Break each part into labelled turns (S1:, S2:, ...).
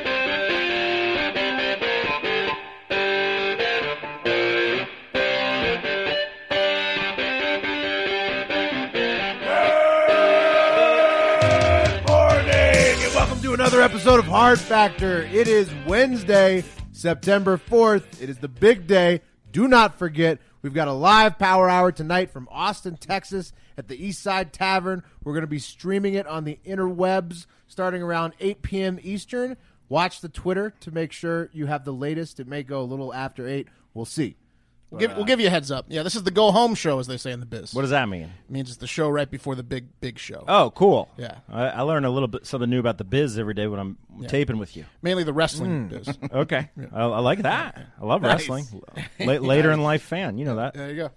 S1: morning and welcome to another episode of Hard Factor. It is Wednesday, September 4th. It is the big day. Do not forget, we've got a live power hour tonight from Austin, Texas at the East Side Tavern. We're going to be streaming it on the interwebs starting around 8 p.m. Eastern. Watch the Twitter to make sure you have the latest. It may go a little after 8. We'll see.
S2: We'll give, we'll give you a heads up. uh, Yeah, this is the go home show, as they say in the biz.
S3: What does that mean?
S2: it means it's the show right before the big big show.
S3: Oh, cool.
S2: Yeah.
S3: I, I learn a little bit something new about the biz every day when I'm taping with you.
S2: Mainly the wrestling
S1: Hmm.
S2: biz.
S3: Okay. I, I like that. I love
S2: Nice.
S3: wrestling. La- later in life fan, you know that.
S2: There you go.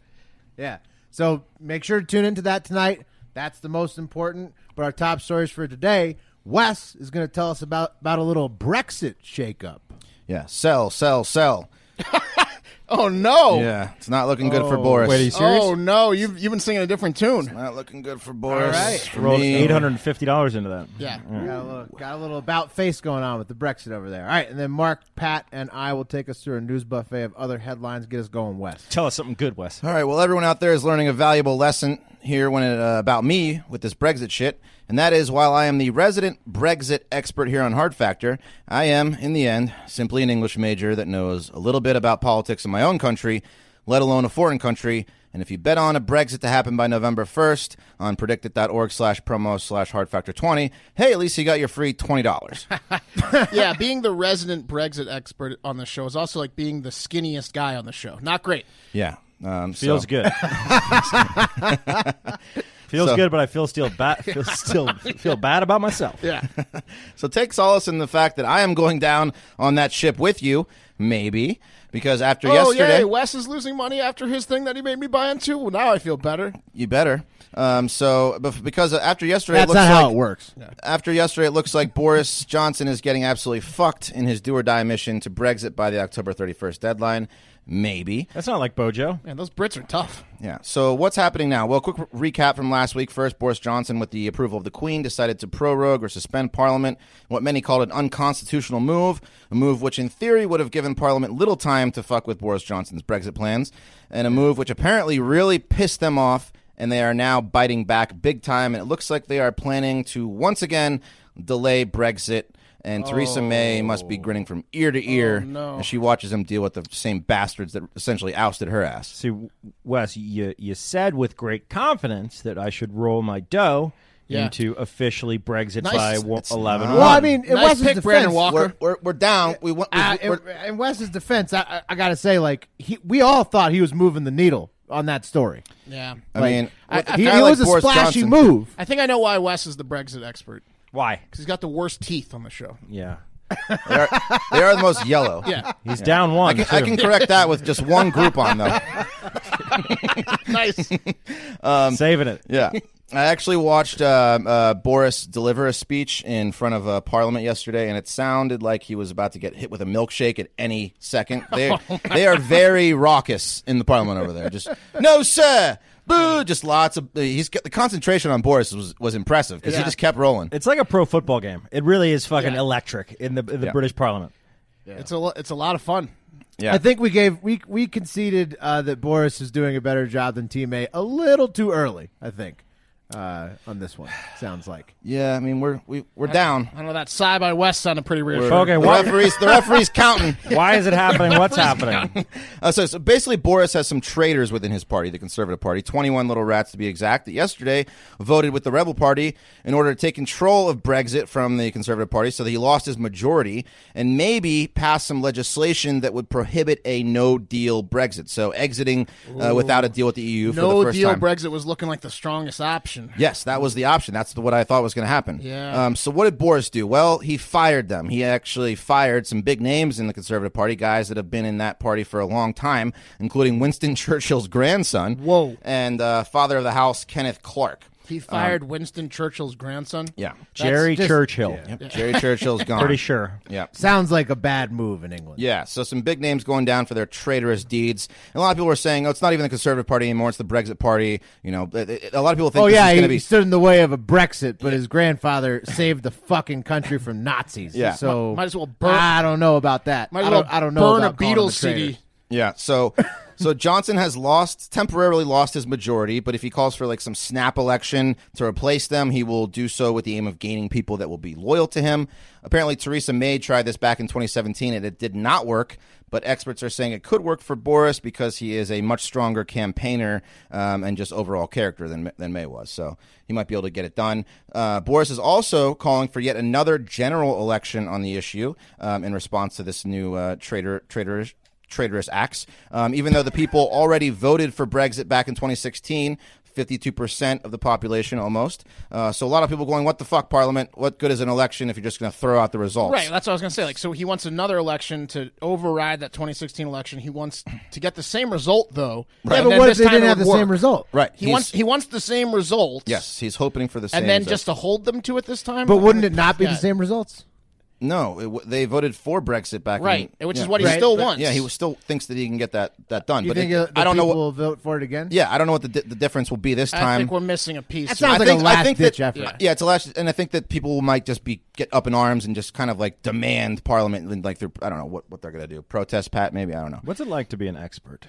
S1: Yeah. So make sure to tune into that tonight. That's the most important. But our top stories for today, Wes is going to tell us about, about a little Brexit shakeup.
S4: Yeah, sell, sell, sell.
S2: Oh no!
S4: Yeah, it's not looking good for Boris.
S3: Wait, are you serious?
S2: Oh no! You've you've been singing a different tune.
S4: not looking good for Boris.
S1: All right.
S4: For
S3: Rolled
S4: me. uh,
S3: eight hundred and fifty dollars into that.
S2: Yeah.
S1: Got a, little, got a little about face going on with the Brexit over there. All right. And then Mark, Pat, and I will take us through a news buffet of other headlines. Get us going, Wes.
S3: Tell us something good, Wes.
S4: All right. Well, everyone out there is learning a valuable lesson here when it, uh, about me with this Brexit shit, and that is while I am the resident Brexit expert here on Hard Factor, I am in the end simply an English major that knows a little bit about politics in my own country, let alone a foreign country. And if you bet on a Brexit to happen by November 1st on predictit.org slash promo slash hard factor 20, hey, at least you got your free $20.
S2: yeah, being the resident Brexit expert on the show is also like being the skinniest guy on the show. Not great.
S4: yeah. Um,
S3: Feels
S4: so-
S3: good. Feels
S4: So-
S3: good, but I feel still bad. Feel still feel bad about myself.
S2: Yeah.
S4: So take solace in the fact that I am going down on that ship with you, maybe, because after
S2: oh
S4: yesterday,
S2: yay! Wes is losing money after his thing that he made me buy into. Well, now I feel better.
S4: you better. Um, so bef- because after yesterday,
S1: That's
S4: it looks
S1: not
S4: like,
S1: how it works.
S4: After yesterday, it looks like Boris Johnson is getting absolutely fucked in his do or die mission to Brexit by the October 31st deadline. Maybe.
S3: That's not like Bojo.
S2: Man, those Brits are tough.
S4: Yeah. So what's happening now? Well, quick re- recap from last week. First, Boris Johnson, with the approval of the Queen, decided to prorogue or suspend Parliament, what many called an unconstitutional move, a move which in theory would have given Parliament little time to fuck with Boris Johnson's Brexit plans, and a move which apparently really pissed them off, and they are now biting back big time, and it looks like they are planning to once again delay Brexit. And Theresa May must be grinning from ear to ear as she watches them deal with the same bastards that essentially ousted her ass.
S3: See, Wes, you you said with great confidence that I should roll my dough
S2: Yeah.
S3: into officially Brexit
S2: Nice.
S3: by wo- eleven.
S1: Well, I mean, it
S2: Nice
S1: Wes's
S2: pick,
S1: defense.
S2: Brandon Walker.
S4: we're, we're, we're down. We want.
S1: Uh,
S4: we're,
S1: in, in Wes's defense, I, I, I got to say, like, he, we all thought he was moving the needle on that story.
S2: Yeah.
S4: I mean,
S2: I-
S4: with a
S2: I-
S1: He,
S4: guy
S1: he
S4: like
S1: was a
S4: Boris
S1: splashy
S4: Johnson-
S1: move.
S2: I think I know why Wes is the Brexit expert.
S3: why?
S2: Because he's got the worst teeth on the show.
S3: Yeah,
S4: They are, they are the most yellow.
S2: Yeah.
S3: he's down one.
S4: I can, I
S3: too.
S4: can correct that with just one group on though.
S2: nice.
S4: um,
S3: saving it.
S4: Yeah. I actually watched uh, uh, Boris deliver a speech in front of uh, Parliament yesterday, and it sounded like he was about to get hit with a milkshake at any second. They,
S1: Oh
S4: they are very raucous in the Parliament over there. Just no, sir, boo! Just lots of. uh, He's the concentration on Boris was was impressive because he just kept rolling.
S3: It's like a pro football game. It really is fucking
S2: Yeah.
S3: electric in the in the British Parliament.
S2: It's a lo- it's a lot of fun.
S4: Yeah.
S1: I think we gave we we conceded uh, that Boris is doing a better job than Team A a little too early. I think. uh, on this one. Sounds like
S4: Yeah, I mean we're we, we're down.
S2: I don't know. That side by west sounded pretty weird.
S3: Okay,
S4: The
S3: why-
S4: referees the referees counting.
S3: Why is it happening? What's happening?
S4: Uh, so, so basically, Boris has some traitors within his party, the Conservative Party, 21 little rats to be exact, that yesterday voted with the Rebel Party in order to take control of Brexit from the Conservative Party so that he lost his majority and maybe pass some legislation that would prohibit a no deal Brexit. So, exiting uh, without a deal with the EU for the
S2: No
S4: first
S2: deal
S4: time.
S2: Brexit was looking like the strongest option.
S4: Yes, that was the option. That's the, what I thought was going to happen.
S2: Yeah.
S4: Um, so what did Boris do? Well, he fired them. He actually fired some big names in the Conservative Party, guys that have been in that party for a long time, including Winston Churchill's grandson.
S2: Whoa.
S4: And uh, father of the House, Kenneth Clark.
S2: He fired Winston Churchill's grandson.
S4: Um, Yeah.
S3: Jerry
S2: just-
S3: Churchill.
S4: Yep, Jerry Churchill's gone.
S3: Pretty sure.
S4: Yeah.
S1: sounds like a bad move in England.
S4: Yeah, so some big names going down for their traitorous deeds. And a lot of people are saying, oh, it's not even the Conservative Party anymore, it's the Brexit Party. You know, it- it- a lot of people think
S1: Oh
S4: this
S1: yeah,
S4: is
S1: he,
S4: going to be.
S1: stood in the way of a Brexit, but his grandfather saved the fucking country from Nazis.
S4: Yeah.
S1: so
S2: Might- might as well burn-
S1: I don't know about that.
S2: Might as
S1: I
S2: well
S1: don't, I don't know.
S2: burn
S1: about
S2: a
S1: calling him
S2: Beatles
S1: traitor.
S2: CD.
S4: Yeah. So so Johnson has lost temporarily lost his majority, but if he calls for like some snap election to replace them, he will do so with the aim of gaining people that will be loyal to him. Apparently Theresa May tried this back in 2017 and it did not work. But experts are saying it could work for Boris because he is a much stronger campaigner um, and just overall character than than May was. So he might be able to get it done. Uh, Boris is also calling for yet another general election on the issue um, in response to this new uh, traitor traitor traitorous acts. Um, even though the people already voted for Brexit back in 2016, 52% of the population almost. Uh, so a lot of people going, what the fuck, Parliament? What good is an election if you're just going to throw out the results?
S2: Right, that's what I was gonna say. Like, so he wants another election to override that 2016 election. He wants to get the same result, though.
S1: Yeah,
S2: and
S1: but
S2: then
S1: what
S2: this
S1: if they
S2: time
S1: didn't
S2: it
S1: have the
S2: would
S1: same
S2: work.
S1: result?
S4: Right.
S2: He
S4: He's-
S2: wants he wants the same results.
S4: Yes, he's hoping for the same.
S2: and then
S4: so-
S2: just to hold them to it this time.
S1: But wouldn't it not be
S2: Yeah.
S1: the same results?
S4: No, it w- they voted for Brexit back
S2: Right,
S4: in.
S2: which is
S4: yeah.
S2: what he
S1: Right,
S2: still
S1: but-
S2: wants.
S4: Yeah, he still thinks that he can get that, that done.
S1: You
S4: but
S1: think
S4: it-
S1: uh, the
S4: I don't know
S1: people
S4: what.
S1: will vote for it again?
S4: Yeah, I don't know what the, di- the difference will be this
S2: I
S4: time.
S2: think we're missing a piece.
S1: That
S2: here.
S1: sounds
S4: I
S1: like
S4: think-
S1: a
S4: I
S1: last
S4: think
S1: ditch
S4: that-
S1: effort.
S4: Yeah, it's a last, and I think that people might just be get up in arms and just kind of like demand Parliament and like they're I don't know what, what they're gonna do. Protest, Pat? Maybe I don't know.
S3: What's it like to be an expert?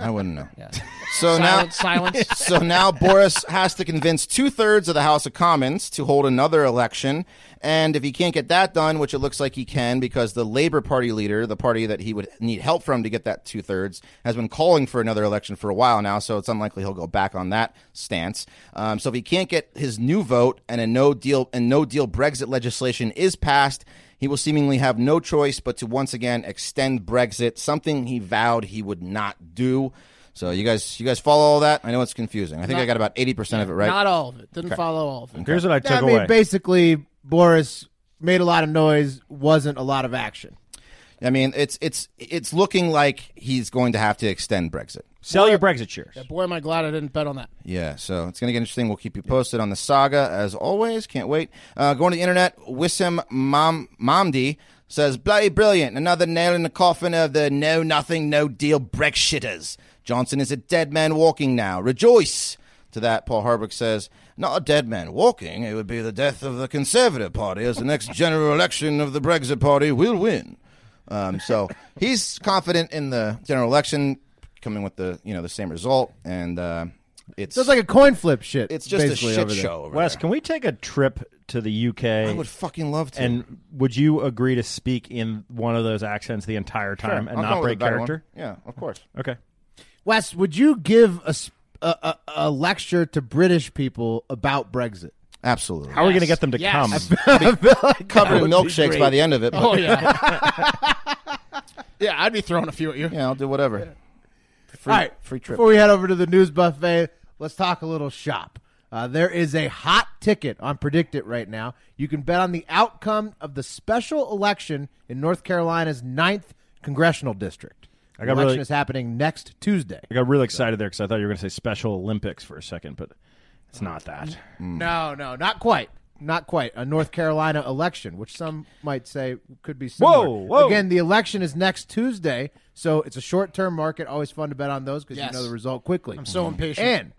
S4: I wouldn't know. So now,
S2: silence. silence.
S4: so now Boris has to convince two thirds of the House of Commons to hold another election, and if he can't get that done, which it looks like he can, because the Labour Party leader, the party that he would need help from to get that two thirds, has been calling for another election for a while now, so it's unlikely he'll go back on that stance. Um, so if he can't get his new vote and a no deal and no deal Brexit legislation is passed. He will seemingly have no choice but to once again extend Brexit, something he vowed he would not do. So you guys, you guys follow all that? I know it's confusing. I think I got about eighty percent of it right.
S2: Not all of it. Didn't follow all of it.
S3: Here's what I took
S1: I mean,
S3: away.
S1: basically, Boris made a lot of noise, wasn't a lot of action.
S4: I mean, it's it's it's looking like he's going to have to extend Brexit.
S3: Sell your Brexit shares.
S2: Boy, am I glad I didn't bet on that.
S4: Yeah, so it's going to get interesting. We'll keep you posted on the saga as always. Can't wait. Uh, going to the internet, Wissam Mam- Mamdi says, bloody brilliant. Another nail in the coffin of the no nothing, no deal Brexiters. Johnson is a dead man walking now. Rejoice. To that, Paul Harbrick says, not a dead man walking. It would be the death of the Conservative Party as the next general election of the Brexit Party will win. Um, so he's confident in the general election coming with the you know the same result and uh, it's
S1: So it's like a coin flip shit.
S4: it's just a
S1: basically,
S4: shit
S1: over there.
S4: show. Over
S3: Wes,
S4: there.
S3: can we take a trip to the UK?
S4: I would fucking love to.
S3: and would you agree to speak in one of those accents the entire time
S4: Sure,
S3: and
S4: I'll go
S3: not
S4: with
S3: break
S4: a better
S3: character?
S4: one. Yeah, of course.
S3: Okay.
S1: Wes, would you give a, s- a- a- a lecture to British people about Brexit?
S4: Absolutely.
S3: How are we going to get them to
S2: Yes.
S3: come?
S4: covered in milkshakes by the end of it. But,
S2: Oh yeah. yeah, I'd be throwing a few at you.
S4: Yeah, I'll do whatever. Free,
S1: All right,
S4: free trip.
S1: Before we head over to the news buffet, let's talk a little shop. Uh, there is a hot ticket on Predict It right now. You can bet on the outcome of the special election in North Carolina's 9th congressional district.
S3: I got
S1: the election
S3: really-
S1: is happening next Tuesday.
S3: I got really excited there because I thought you were going to say Special Olympics for a second, but it's not that.
S2: Hmm.
S1: No, no, not quite. Not quite. A North Carolina election, which some might say could be
S3: Whoa,
S1: similar.
S3: whoa.
S1: Again, the election is next Tuesday, so it's a short-term market. Always fun to bet on those because
S2: Yes.
S1: you know the result quickly. I'm
S2: so impatient.
S1: And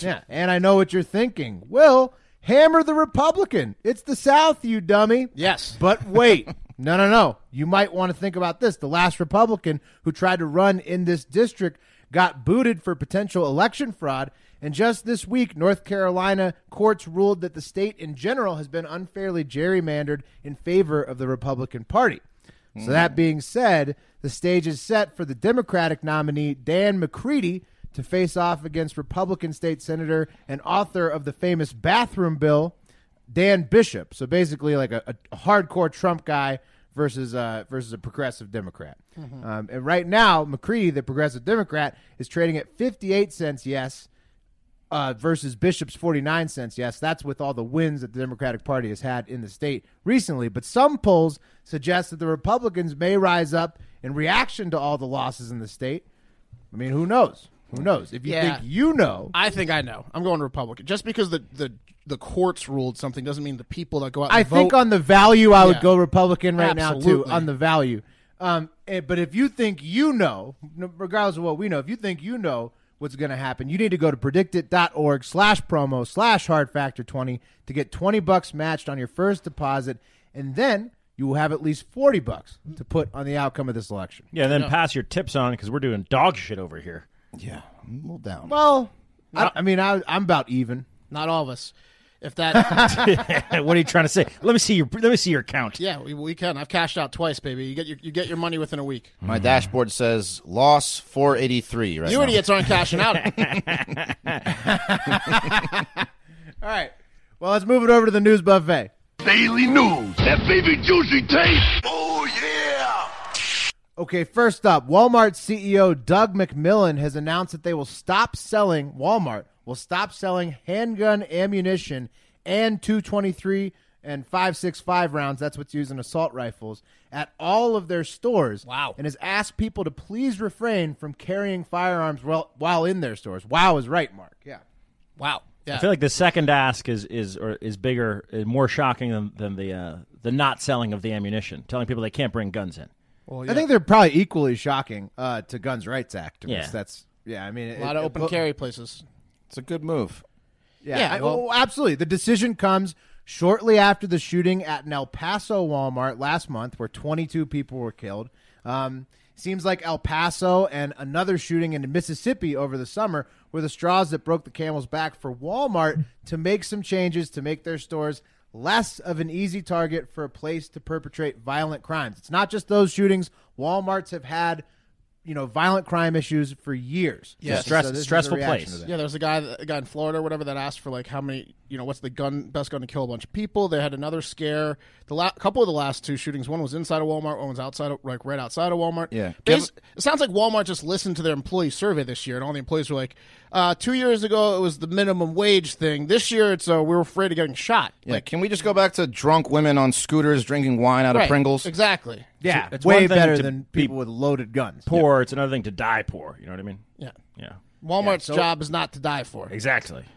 S1: yeah, and I know what you're thinking. Will hammer the Republican. It's the South, you dummy.
S2: Yes.
S1: But wait. No, no, no. You might want to think about this. The last Republican who tried to run in this district got booted for potential election fraud. And just this week, North Carolina courts ruled that the state in general has been unfairly gerrymandered in favor of the Republican Party. So, that being said, the stage is set for the Democratic nominee, Dan McCready, to face off against Republican state senator and author of the famous bathroom bill, Dan Bishop. So, basically, like a, a hardcore Trump guy versus, uh, versus a progressive Democrat. Um, and right now, McCready, the progressive Democrat, is trading at 58 cents yes uh, versus Bishop's 49 cents. Yes, that's with all the wins that the Democratic Party has had in the state recently. But some polls suggest that the Republicans may rise up in reaction to all the losses in the state. I mean, who knows? Who knows? If you
S2: Yeah.
S1: think you know,
S2: I think I know. I'm going Republican. Just because the, the, the courts ruled something doesn't mean the people that go out and
S1: I
S2: vote.
S1: think uh, on the value, I would
S2: Yeah.
S1: go Republican right now too
S2: Absolutely.
S1: on the value. Um, eh, but if you think you know, n- regardless of what we know, if you think you know what's going to happen, you need to go to predictit.org slash promo slash hard factor 20 to get 20 bucks matched on your first deposit. And then you will have at least 40 bucks to put on the outcome of this election.
S3: Yeah, and then pass your tips on because we're doing dog shit over here.
S4: Yeah, I'm a little down.
S1: Well, I, I mean, I, I'm about even.
S2: Not all of us. If that,
S3: what are you trying to say? Let me see your let me see your count.
S2: yeah, we, we can. I've cashed out twice, baby. You get your you get your money within a week.
S4: My dashboard says loss 483 right
S2: You
S4: now.
S2: idiots aren't cashing out.
S1: All right. Well, let's move it over to the news buffet.
S5: Daily news. That baby juicy taste. Oh, yeah.
S1: Okay, first up, Walmart CEO Doug McMillan has announced that they will stop selling Walmart will stop selling handgun ammunition and 223 and 565 rounds, that's what's used in assault rifles at all of their stores.
S2: Wow.
S1: And has asked people to please refrain from carrying firearms while, while in their stores. Wow is right, Mark. Yeah.
S2: Wow. Yeah.
S3: I feel like the second ask is is or is bigger, is more shocking than than the uh, the not selling of the ammunition, telling people they can't bring guns in.
S1: I think they're probably equally shocking uh, to guns rights activists.
S3: Yeah.
S1: That's yeah, I mean
S2: a lot of open carry places.
S4: It's a good move.
S1: Yeah,
S2: Yeah,
S1: I-
S2: well-
S1: oh, absolutely. The decision comes shortly after the shooting at an El Paso Walmart last month, where 22 people were killed. Um, seems like El Paso and another shooting in Mississippi over the summer were the straws that broke the camel's back for Walmart to make some changes to make their stores less of an easy target for a place to perpetrate violent crimes. It's not just those shootings. Walmarts have had, you know, violent crime issues for years.
S2: Yeah,
S3: stress-
S1: this is a
S3: stressful
S1: reaction
S3: place.
S1: to that.
S2: Yeah, there was a guy, that- a guy in Florida or whatever that asked for like how many, you know, what's the gun best gun to kill a bunch of people. They had another scare. The la- couple of the last two shootings, one was inside of Walmart, one was outside, of, like right outside of Walmart.
S4: Yeah.
S2: Bas- it sounds like Walmart just listened to their employee survey this year, and all the employees were like, uh, two years ago it was the minimum wage thing. This year it's uh, we were afraid of getting shot.
S4: Yeah, can we just go back to drunk women on scooters drinking wine out of
S2: Right.
S4: Pringles?
S2: Exactly.
S1: Yeah,
S3: It's
S1: way
S3: one thing
S1: better
S3: to
S1: than
S3: be-
S1: people with loaded guns.
S3: Poor, it's another thing to die poor. You know what I mean?
S2: Yeah.
S3: Yeah,
S2: Walmart's job is not to die for.
S3: exactly.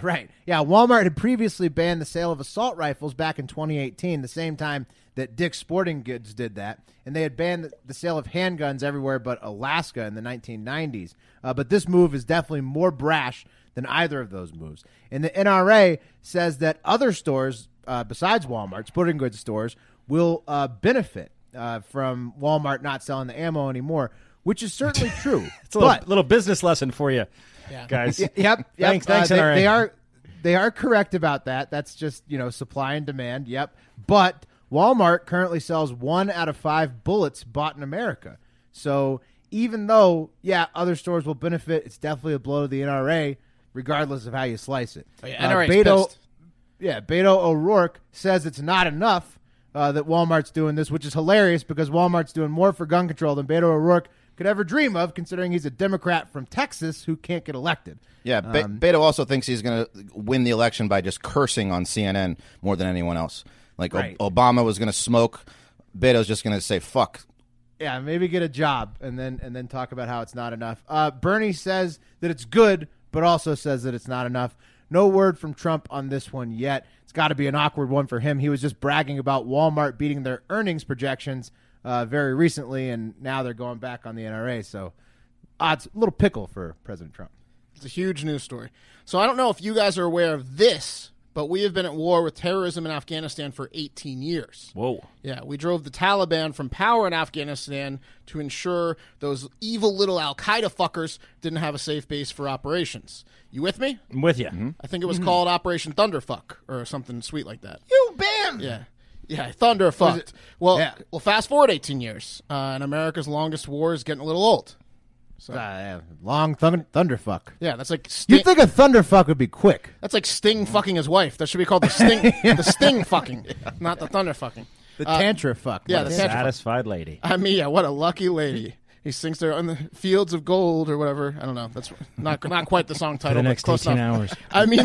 S1: Right. Yeah, Walmart had previously banned the sale of assault rifles back in 2018, the same time that Dick's Sporting Goods did that, and they had banned the sale of handguns everywhere but Alaska in the 1990s. Uh, but this move is definitely more brash than either of those moves. And the NRA says that other stores uh, besides Walmart, sporting goods stores, will uh, benefit uh, from Walmart not selling the ammo anymore, which is certainly true.
S3: It's a little,
S1: but
S3: little business lesson for you, guys.
S1: Y- yep, yep.
S3: Thanks, thanks,
S1: Uh, they,
S3: NRA.
S1: they are they are correct about that. That's just you know supply and demand. Yep. But Walmart currently sells one out of five bullets bought in America. So even though yeah, other stores will benefit, it's definitely a blow to the NRA, regardless of how you slice it.
S3: Oh,
S1: Uh,
S2: yeah, NRA 's pissed.
S1: yeah, Beto O'Rourke says it's not enough. Uh, that Walmart's doing this, which is hilarious because Walmart's doing more for gun control than Beto O'Rourke could ever dream of, considering he's a Democrat from Texas who can't get elected.
S4: Yeah, Be- Beto also thinks he's going to win the election by just cursing on CNN more than anyone else. Like O-
S1: Right.
S4: Obama was going to smoke, Beto's just going to say fuck.
S1: Yeah, maybe get a job and then and then talk about how it's not enough. Uh, Bernie says that it's good, but also says that it's not enough. No word from Trump on this one yet. It's got to be an awkward one for him. He was just bragging about Walmart beating their earnings projections uh, very recently, and now they're going back on the NRA. So, odds a little pickle for President Trump.
S2: It's a huge news story. So I don't know if you guys are aware of this, but we have been at war with terrorism in Afghanistan for 18 years.
S3: Whoa.
S2: Yeah, we drove the Taliban from power in Afghanistan to ensure those evil little Al Qaeda fuckers didn't have a safe base for operations. You with me?
S3: I'm with you.
S2: I think it was called Operation Thunderfuck or something sweet like that.
S1: Mm-hmm. You bam.
S2: Yeah. Yeah, Thunderfucked. Well,
S1: Yeah.
S2: well, fast forward 18 years, uh, and America's longest war is getting a little old.
S1: Ah, yeah. long thun- thunderfuck.
S2: Yeah, that's like Sting,
S1: You'd think a thunderfuck would be quick.
S2: that's like Sting fucking his wife. That should be called the Sting the Sting fucking, not the Thunder fucking.
S1: Uh, The tantra fuck.
S2: yeah,
S1: motherfucker.
S2: the tantra fuck.
S3: Satisfied lady.
S2: I mean, yeah, what a lucky lady. He sings there on the fields of gold or whatever. I don't know. That's not not quite the song title.
S3: the
S2: but
S3: next
S2: close
S3: 18
S2: enough.
S3: hours.
S2: I mean,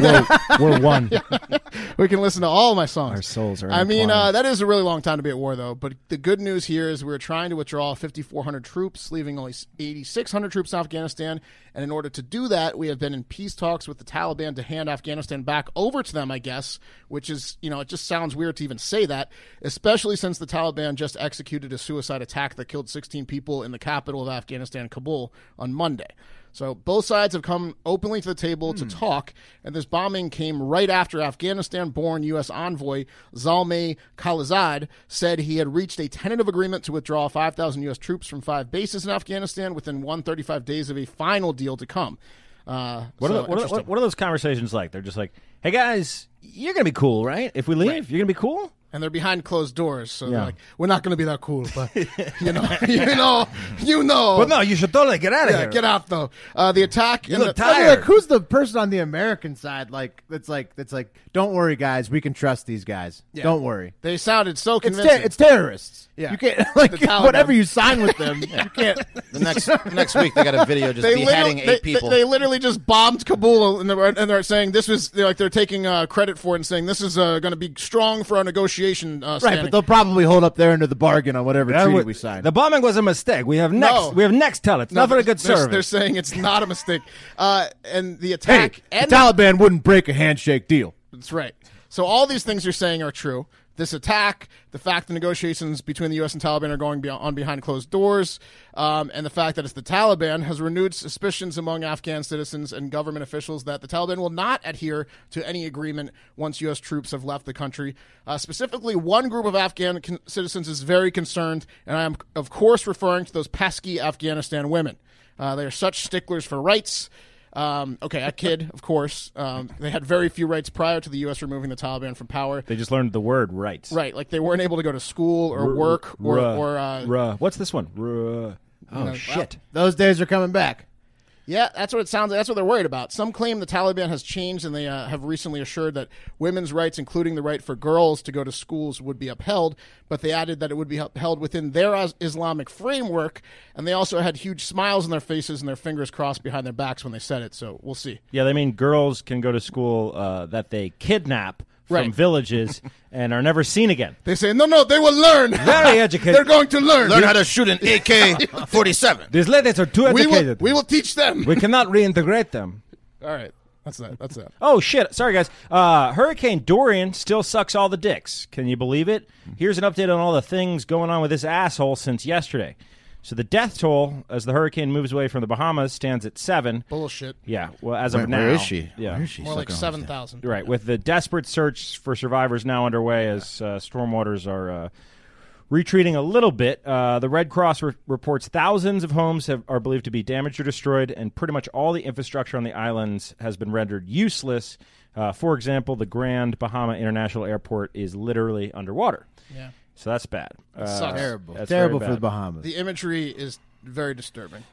S3: We're one.
S2: we can listen to all my songs.
S3: Our souls are
S2: I mean,
S3: intertwined.
S2: uh, that is a really long time to be at war, though. But the good news here is we're trying to withdraw 5,400 troops, leaving only 8,600 troops in Afghanistan. And in order to do that, we have been in peace talks with the Taliban to hand Afghanistan back over to them, I guess, which is, you know, it just sounds weird to even say that, especially since the Taliban just executed a suicide attack that killed 16 people in the capital of Afghanistan, Kabul, on Monday. So both sides have come openly to the table
S3: Hmm.
S2: to talk, and this bombing came right after Afghanistan-born U.S. envoy Zalmay Khalilzad said he had reached a tentative agreement to withdraw 5,000 U.S. troops from five bases in Afghanistan within 135 days of a final deal to come. Uh,
S3: What,
S2: so
S3: are the, what, are,
S2: interesting.
S3: what are those conversations like? They're just like, hey guys, you're gonna be cool, right? If we leave, you're gonna be cool.
S2: and they're behind closed doors, so they're
S3: Yeah.
S2: like, "We're not going to be that cool," but you know, you know, you know. But
S3: you should totally get out
S2: yeah, get out though. Uh, the attack. You
S3: look
S2: the,
S3: tired.
S1: By the way, like, who's the person on the American side? Like that's like that's like. Don't worry, guys. We can trust these guys. Don't worry.
S2: They sounded so
S1: It's
S2: convincing.
S1: ter- it's terrorists.
S2: Yeah.
S1: you can't like
S2: The Taliban.
S1: whatever you sign with them. You can't.
S4: The next next week they got a video just beheading
S2: literally-
S4: eight
S2: they-
S4: people.
S2: They, literally just bombed Kabul, and they're, and they're saying this was they're like they're taking uh, credit for it and saying this is uh, going to be strong for our negotiation. Uh,
S1: Right,
S2: standing.
S1: but they'll probably hold up their end of the bargain on whatever treaty we sign.
S3: Uh, The bombing was a mistake. We have next. We have next. Tell it.
S2: No,
S3: Not for a good
S2: they're,
S3: service.
S2: They're saying it's not a mistake. Uh, and the
S1: hey,
S2: attack
S1: the
S2: and
S1: Taliban wouldn't break a handshake deal.
S2: That's right. So all these things you're saying are true. This attack, the fact the negotiations between the U.S. and Taliban are going be- on behind closed doors, um, and the fact that it's the Taliban has renewed suspicions among Afghan citizens and government officials that the Taliban will not adhere to any agreement once U.S. troops have left the country. Uh, specifically, one group of Afghan con- citizens is very concerned, and I am, of course, referring to those pesky Afghanistan women. Uh, they are such sticklers for rights. Um, okay, a kid, of course. Um, they had very few rights prior to the U.S. removing the Taliban from power.
S3: They just learned the word right.
S2: Right, like they weren't able to go to school or work or,
S3: Ruh,
S2: or uh,
S3: ruh. what's this one? Ruh. Oh shit.
S1: Those days are coming back.
S2: yeah, that's what it sounds. like. That's what they're worried about. Some claim the Taliban has changed, and they uh, have recently assured that women's rights, including the right for girls to go to schools, would be upheld. But they added that it would be upheld within their Is- Islamic framework, and they also had huge smiles on their faces and their fingers crossed behind their backs when they said it. So we'll see.
S3: Yeah, they mean girls can go to school uh, that they kidnap from
S2: Right.
S3: villages and are never seen again.
S2: They say, no, no, they will learn.
S3: Very educated.
S2: They're going to learn.
S4: Learn how to shoot an AK forty seven.
S3: These ladies are too
S2: we will,
S3: educated.
S2: we will teach them.
S3: We cannot reintegrate them.
S2: All right. That's that. That's that.
S3: Oh shit! Sorry guys. Uh, Hurricane Dorian still sucks all the dicks. Can you believe it? Here's an update on all the things going on with this asshole since yesterday. So the death toll as the hurricane moves away from the Bahamas stands at seven.
S2: Bullshit.
S3: Yeah. Well, as of now,
S4: Where is she?
S3: Yeah.
S4: Where is she?
S2: More like
S4: Sucking on this
S2: seven
S4: thing.
S2: thousand.
S3: Right, with the desperate search for survivors now underway as uh, storm waters are uh, retreating a little bit. Uh, the Red Cross re- reports thousands of homes have, are believed to be damaged or destroyed, and pretty much all the infrastructure on the islands has been rendered useless. Uh, for example, the Grand Bahama International Airport is literally underwater.
S2: Yeah.
S3: So that's bad. Uh,
S2: sucks. Terrible.
S3: that's
S1: Terrible
S3: very
S1: for the
S3: bad.
S1: Bahamas.
S2: The imagery is very disturbing.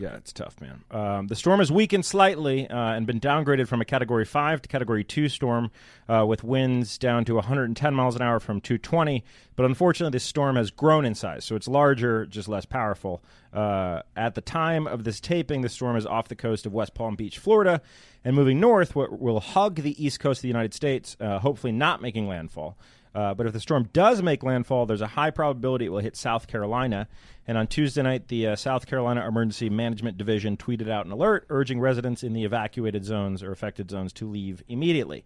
S3: Yeah, it's tough, man. Um, the storm has weakened slightly uh, and been downgraded from a Category 5 to Category 2 storm uh, with winds down to 110 miles an hour from 220. But unfortunately, this storm has grown in size, so it's larger, just less powerful. Uh, at the time of this taping, the storm is off the coast of West Palm Beach, Florida, and moving north what will hug the east coast of the United States, uh, hopefully not making landfall. Uh, but if the storm does make landfall, there's a high probability it will hit South Carolina. And on Tuesday night, the uh, South Carolina Emergency Management Division tweeted out an alert urging residents in the evacuated zones or affected zones to leave immediately.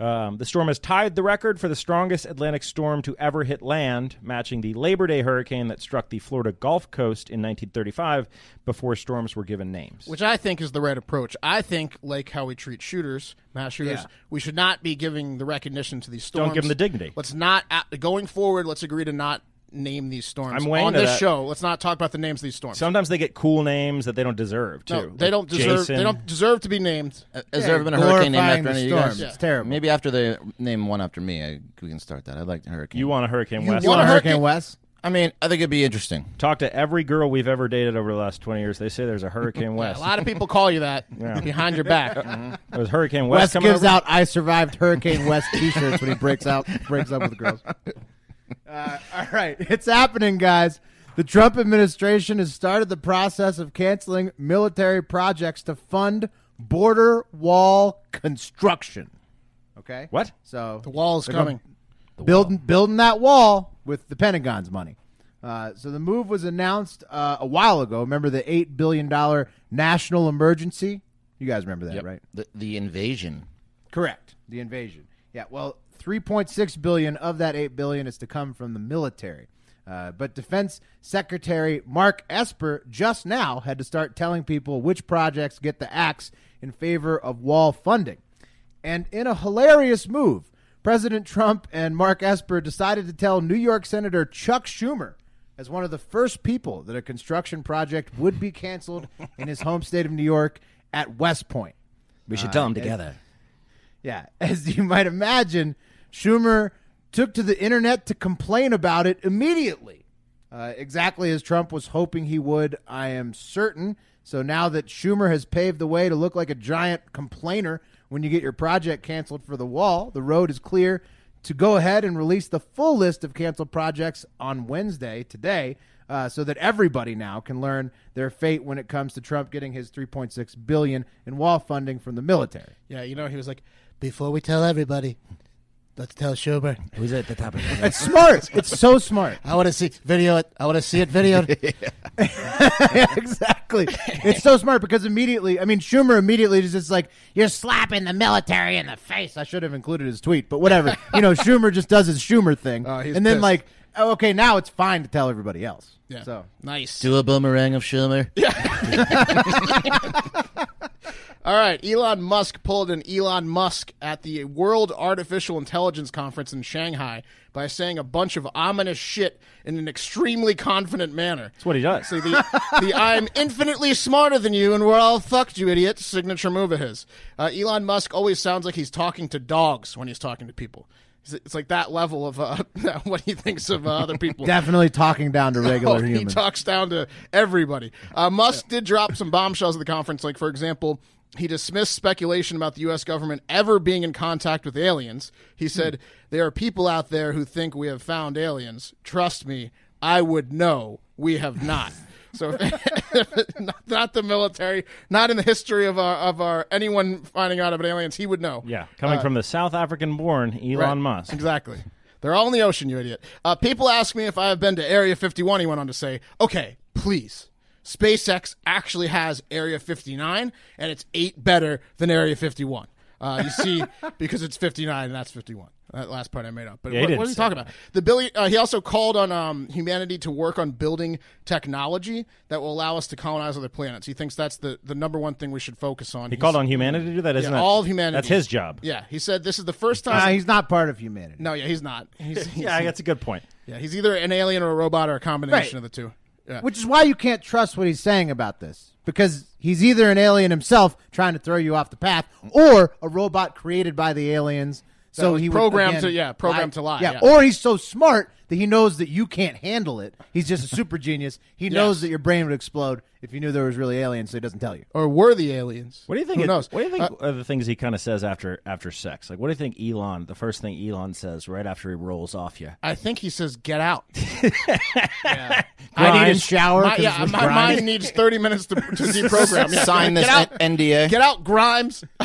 S3: Uh, Um, the storm has tied the record for the strongest Atlantic storm to ever hit land, matching the Labor Day hurricane that struck the Florida Gulf Coast in 1935 before storms were given names.
S2: which I think is the right approach. I think, like how we treat shooters, mass shooters,
S3: Yeah.
S2: we should not be giving the recognition to these storms.
S3: Don't give them the dignity.
S2: Let's not at- going forward. Let's agree to not name these storms
S3: I'm way
S2: on
S3: into
S2: this
S3: that.
S2: show. Let's not talk about the names of these storms.
S3: Sometimes they get cool names that they don't deserve, too.
S2: no,
S3: Like
S2: they don't deserve. They
S3: Jason.
S2: don't deserve to be named.
S4: Has there ever been a hurricane named
S1: glorifying
S4: after any of
S1: the
S4: you guys?
S1: storm. It's terrible.
S4: Maybe after they name one after me, I, we can start that. I'd like hurricane.
S3: You want a Hurricane West?
S1: You want a
S2: a
S1: Hurricane
S2: hurricane-
S1: West?
S4: I mean, I think it'd be interesting.
S3: Talk to every girl we've ever dated over the last 20 years. They say there's a Hurricane
S2: A
S3: West.
S2: lot of people call you that behind your back.
S3: There's Hurricane West,
S1: West
S3: coming
S1: gives
S3: over.
S1: out "I survived Hurricane West" T-shirts when he breaks out breaks up with girls. Uh, all right, it's happening, guys. The Trump administration has started the process of canceling military projects to fund border wall construction. Okay,
S3: What?
S1: So
S2: The wall is coming.
S1: building building that wall with the Pentagon's money. Uh, so the move was announced uh, a while ago. Remember the eight billion dollar national emergency? You guys remember that, right?
S4: The, the invasion.
S1: Correct. The invasion. Yeah. Well, 3.6 billion of that 8 billion is to come from the military. Uh, but Defense Secretary Mark Esper just now had to start telling people which projects get the axe in favor of wall funding. And in a hilarious move, President Trump and Mark Esper decided to tell New York Senator Chuck Schumer as one of the first people that a construction project would be canceled in his home state of New York at West Point.
S4: We should
S2: Uh,
S4: tell them together.
S1: Yeah, as you might imagine, Schumer took to the internet to complain about it immediately. Uh, exactly as Trump was hoping he would, I am certain. So now that Schumer has paved the way to look like a giant complainer when you get your project canceled for the wall, the road is clear to go ahead and release the full list of canceled projects on Wednesday, today, uh, so that everybody now can learn their fate when it comes to Trump getting his 3.6 billion in wall funding from the military.
S2: Yeah, you know he was like, before we tell everybody, let's tell Schumer.
S6: Who's at the top of the
S1: It's smart. It's so smart.
S6: I want to see video. It. I want to see it videoed.
S1: yeah, exactly. It's so smart because immediately, I mean, Schumer immediately is just like, you're slapping the military in the face. I should have included his tweet, but whatever. you know, Schumer just does his Schumer thing.
S2: Oh, he's
S1: and then,
S2: pissed.
S1: like, oh, okay, now it's fine to tell everybody else.
S2: Yeah.
S1: So,
S2: Nice.
S6: Do a boomerang of Schumer.
S2: All right, Elon Musk pulled an Elon Musk at the World Artificial Intelligence Conference in Shanghai by saying a bunch of ominous shit in an extremely confident manner.
S3: That's what he does.
S2: So the, the I'm infinitely smarter than you and we're all fucked, you idiot signature move of his. Uh, Elon Musk always sounds like he's talking to dogs when he's talking to people. It's- It's like that level of uh, what he thinks of uh, other people.
S1: definitely talking down to regular
S2: Oh,
S1: humans.
S2: He talks down to everybody. Uh, Musk did drop some bombshells at the conference. Like, for example, he dismissed speculation about the U.S. government ever being in contact with aliens. He said, There are people out there who think we have found aliens. Trust me, I would know we have not. So, not, not the military, not in the history of our, of our anyone finding out about aliens, he would know.
S3: yeah, coming from the South African-born Elon
S2: Uh, Right.
S3: Musk.
S2: Exactly. They're all in the ocean, you idiot. Uh, people ask me if I have been to Area 51. He went on to say, okay, please. SpaceX actually has Area 59, and it's eight better than Area 51. Uh, you see, because it's 59 and that's 51. That last part I made up. But
S3: Yeah, he
S2: what,
S3: didn't
S2: what are you
S3: say
S2: talking about? The Billy. Uh, he also called on um, humanity to work on building technology that will allow us to colonize other planets. He thinks that's the, the number one thing we should focus on.
S3: He called on humanity to do that, isn't it?
S2: all of humanity.
S3: That's his job.
S2: Yeah, he said this is the first time.
S1: Uh, he's not part of humanity.
S2: no, yeah, he's not. He's, he's,
S3: Yeah, that's a good point.
S2: Yeah, he's either an alien or a robot or a combination
S1: Right.
S2: of the two. Yeah.
S1: Which is why you can't trust what he's saying about this because he's either an alien himself trying to throw you off the path or a robot created by the aliens. So
S2: was
S1: he would,
S2: programmed
S1: again,
S2: to- yeah, programmed to lie,
S1: Yeah.
S2: yeah.
S1: or he's so smart that he knows that you can't handle it. He's just a super genius. He knows that your brain would explode if you knew there was really aliens, so he doesn't tell you.
S2: or were the aliens?
S3: What do you think?
S2: Who
S3: it-
S2: knows?
S3: What do you think
S2: Uh,
S3: are the things he kind of says after after sex? Like, what do you think Elon? The first thing Elon says right after he rolls off you.
S2: I think he says, "Get out."
S1: I need a
S3: Grind.
S1: shower.
S2: My,
S1: 'cause
S2: yeah,
S1: it was
S2: my
S1: grind.
S2: mind needs thirty minutes to, to deprogram. Yeah.
S4: Sign this
S2: Get out.
S4: N- NDA.
S2: Get out, Grimes.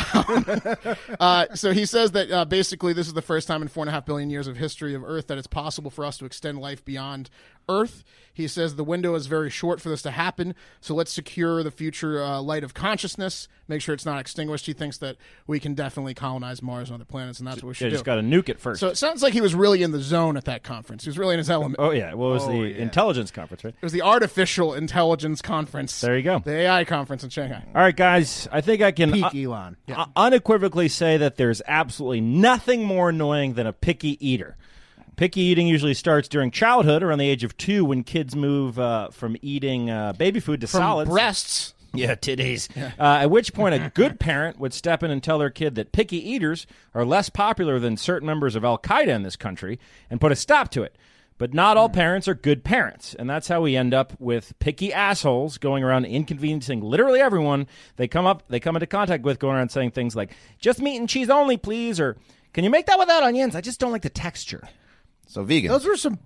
S2: uh, so he says that uh, basically this is the first time in four and a half billion years of history of Earth that it's possible for us to extend life beyond Earth. He says the window is very short for this to happen, so let's secure the future uh, light of consciousness, make sure it's not extinguished. He thinks that we can definitely colonize Mars and other planets, and that's what we should
S3: Yeah,
S2: do.
S3: just got to nuke it first.
S2: so it sounds like he was really in the zone at that conference. He was really in his element.
S3: oh yeah, well, it was the intelligence conference, right?
S2: It was the Artificial Intelligence Conference.
S3: There you go.
S2: The AI conference in Shanghai.
S3: All right, guys, I think I can uh,
S1: Peak
S2: uh,
S3: u-
S1: Elon.
S3: u- unequivocally say that there's absolutely nothing more annoying than a picky eater. Picky eating usually starts during childhood, around the age of two, when kids move uh, from eating uh, baby food to
S2: From
S3: solids.
S2: breasts.
S3: Yeah, titties. Uh, at which point, a good parent would step in and tell their kid that picky eaters are less popular than certain members of Al Qaeda in this country and put a stop to it. But not all parents are good parents, and that's how we end up with picky assholes going around inconveniencing literally everyone they come up they come into contact with, going around saying things like "just meat and cheese only, please," or "Can you make that without onions? I just don't like the texture."
S4: So vegan.
S1: Those were some.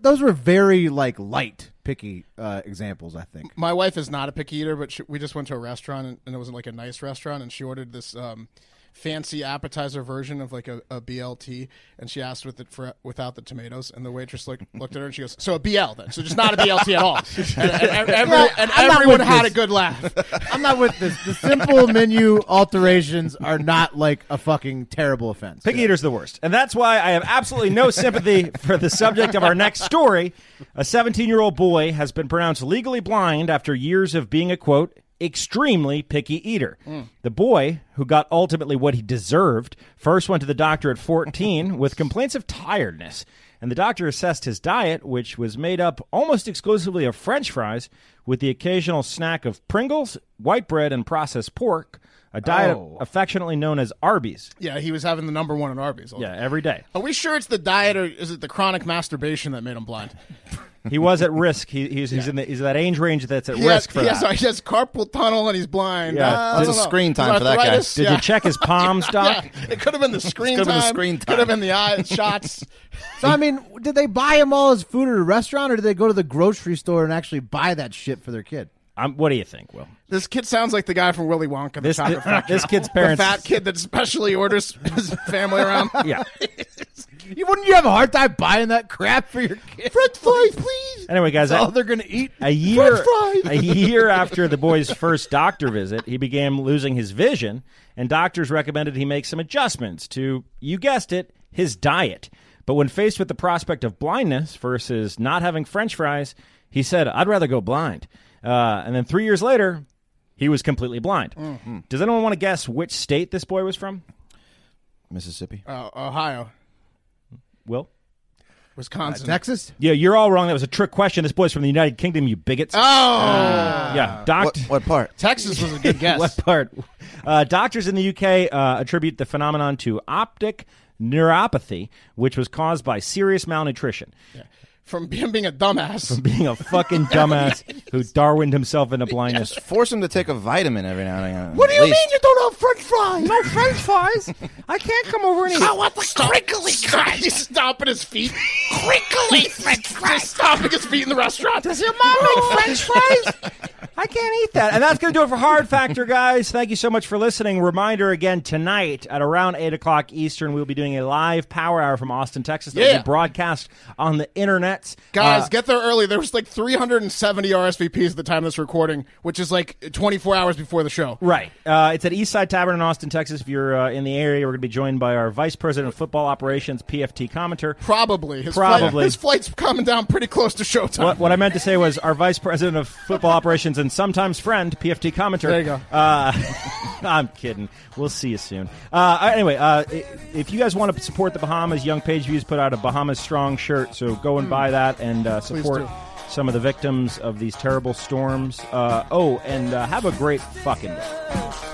S1: Those were very like light picky uh, examples. I think.
S2: My wife is not a picky eater, but she, we just went to a restaurant and, and it was like a nice restaurant, and she ordered this um, fancy appetizer version of like a, a BLT, and she asked with it for without the tomatoes, and the waitress look, looked at her and she goes, "So a BL then? So just not a BLT at all?" And, and- and every-
S1: Yeah,
S2: and
S1: I'm not
S2: everyone
S1: with
S2: had a
S1: this.
S2: good laugh.
S1: I'm not with this. The simple menu alterations are not like a fucking terrible offense.
S3: Pig eater's the worst. And that's why I have absolutely no sympathy for the subject of our next story. A 17 year old boy has been pronounced legally blind after years of being a quote, extremely picky eater. The boy, who got ultimately what he deserved, first went to the doctor at 14 with complaints of tiredness. And the doctor assessed his diet, which was made up almost exclusively of french fries with the occasional snack of Pringles, white bread, and processed pork, a diet affectionately known as Arby's.
S2: Yeah, he was having the number one in Arby's. all
S3: Yeah, every day.
S2: Are we sure it's the diet or is it the chronic masturbation that made him blind?
S3: He was at risk. He, he's, he's in the, he's that age range that's at
S2: He
S3: risk
S2: has,
S3: for
S2: he
S3: that.
S2: has, he has carpal tunnel and he's blind.
S3: Yeah.
S2: Uh, I
S4: Lots
S2: don't
S4: of
S2: know.
S4: screen time for that guy.
S2: Arthritis?
S3: Did
S2: Yeah.
S3: you check his palms, Doc?
S2: Yeah. It could have been the screen
S4: could've
S2: time.
S4: been the screen
S2: Could have
S4: time.
S2: been the eye shots.
S1: So I mean, did they buy him all his food at a restaurant, or did they go to the grocery store and actually buy that shit for their kid?
S3: I'm, what do you think, Will?
S2: This kid sounds like the guy from Willy Wonka. The
S3: This
S2: chocolate
S3: this,
S2: factory.
S3: this kid's
S2: the
S3: parents.
S2: fat kid that specially orders his family around.
S3: Yeah.
S1: You wouldn't you have a hard time buying that crap for your kid? French fries, please.
S3: Anyway, guys,
S1: That's all
S3: I,
S1: they're gonna eat.
S3: a year
S1: French
S3: a
S1: fries.
S3: year after the boy's first doctor visit, he began losing his vision, and doctors recommended he make some adjustments to, you guessed it, his diet. But when faced with the prospect of blindness versus not having French fries, he said, "I'd rather go blind." Uh, and then three years later, he was completely blind. Does anyone want to guess which state this boy was from?
S4: Mississippi.
S2: Uh, Ohio,
S3: Will?
S2: Wisconsin,
S1: Texas.
S3: Yeah, you're all wrong. That was a trick question. This boy's from the United Kingdom. You bigots.
S2: Oh,
S3: yeah, doc.
S4: What, what part?
S2: Texas was a good
S3: Uh,
S2: guess.
S3: What part? Uh, doctors in the UK uh, attribute the phenomenon to optic neuropathy, which was caused by serious malnutrition,
S2: From him being a dumbass.
S3: being a fucking dumbass who Darwined himself into blindness.
S4: Force him to take a vitamin every now and again.
S1: What do
S4: at
S1: you
S4: least.
S1: mean you don't have French fries?
S3: No French fries. I can't come over and eat.
S2: I want the crinkly fries. He's stomping his feet. crinkly French fries. Just stomping his feet in the restaurant.
S3: Does your mom make French fries? I can't eat that. And that's going to do it for Hard Factor, guys. Thank you so much for listening. Reminder again tonight at around 8 o'clock Eastern, we'll be doing a live power hour from Austin, Texas that will
S2: Yeah.
S3: be broadcast on the internet. Uh,
S2: Guys, get there early. There was like 370 RSVPs at the time of this recording, which is like 24 hours before the show.
S3: Right. Uh, it's at Eastside Tavern in Austin, Texas. If you're uh, in the area, we're going to be joined by our Vice President of Football Operations, PFT commenter.
S2: Probably. His
S3: Probably.
S2: Flight, his flight's coming down pretty close to showtime.
S3: What, what I meant to say was our Vice President of Football Operations and sometimes friend, PFT commenter.
S2: There you go.
S3: Uh, I'm kidding. We'll see you soon. Uh, anyway, uh, i- if you guys want to support the Bahamas, Young Page Views put out a Bahamas Strong shirt, so go and buy that and uh, support
S2: Hmm. do.
S3: some of the victims of these terrible storms. Uh, oh, and uh, have a great fucking day.
S7: Thank